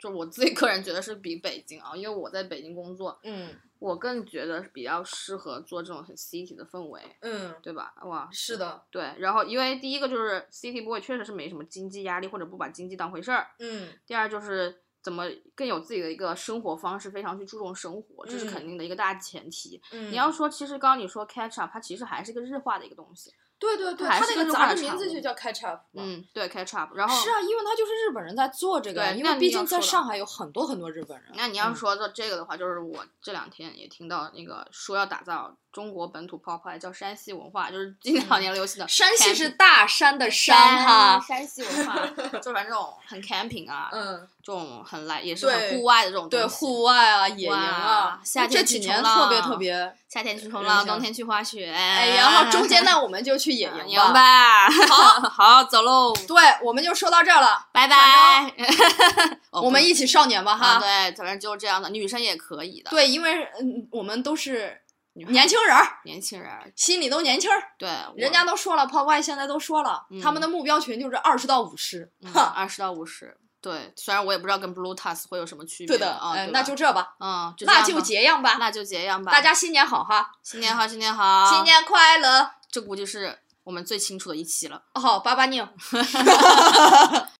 就我自己个人觉得是比北京啊，因为我在北京工作，
嗯
我更觉得比较适合做这种很 city 的氛围，
嗯，
对吧？哇，
是的，
对，然后因为第一个就是 city boy 确实是没什么经济压力，或者不把经济当回事儿，
嗯
第二就是怎么更有自己的一个生活方式，非常去注重生活，这是肯定的一个大前提。
嗯
你要说，其实刚刚你说 catch up，它其实还是一个日化的一个东西。
对对对，
还
他
是
那
跟日
个杂
本
志
差不
名字就
多
叫 Catch Up 嘛。
嗯，对 catch up。然后
是啊，因为他就是日本人在做这个，
对
因
那
为
你
毕
要
竟在
说的
上海有很多很多日本人。
那你要
嗯
说到这个的话，就是我这两天也听到那个说要打造中国本土泡泡，叫山西文化，就是近两年流行的 camping。
嗯山西是大山的
山啊
山哈，
山西文化就反正这种很 camping
[laughs]
啊，
嗯，
这种很来也是很
对
户外的这种
对，
东西
户外啊，野营
哇
啊，
夏
这
天
几
去
年
冲浪
特别特别。
夏天去冲
嗯
浪，
像
冬天去滑雪，
哎，
哎嗯
然后中
[laughs]
间呢，我们就去野
野
营
营
吧。
吧。好， [laughs] 好，走喽，
对，我们就说到这儿了，
拜
反
拜。 [laughs] 哦
我们一起少年吧
不啊，
哈。
对，反正就是这样的，女生也可以的。，
对，因为嗯，我们都是
女孩
年轻人儿，
年轻人儿，
心里都年轻儿。
对，我
人家都说了，泡外现在都说了，
嗯
他们的目标群就是二十到五十。哈，
二十到五十。对，虽然我也不知道跟 Blue Task 会有什么区别。
对的，
啊，
嗯
对，
那
吧
就这吧，
嗯，就这
那
样
就
吧，
结样吧。
那就结样吧。
大家新年好哈，
新年好，新年好，
新，年快乐。哦
这估计是我们最清楚的一期了。
好，八八宁。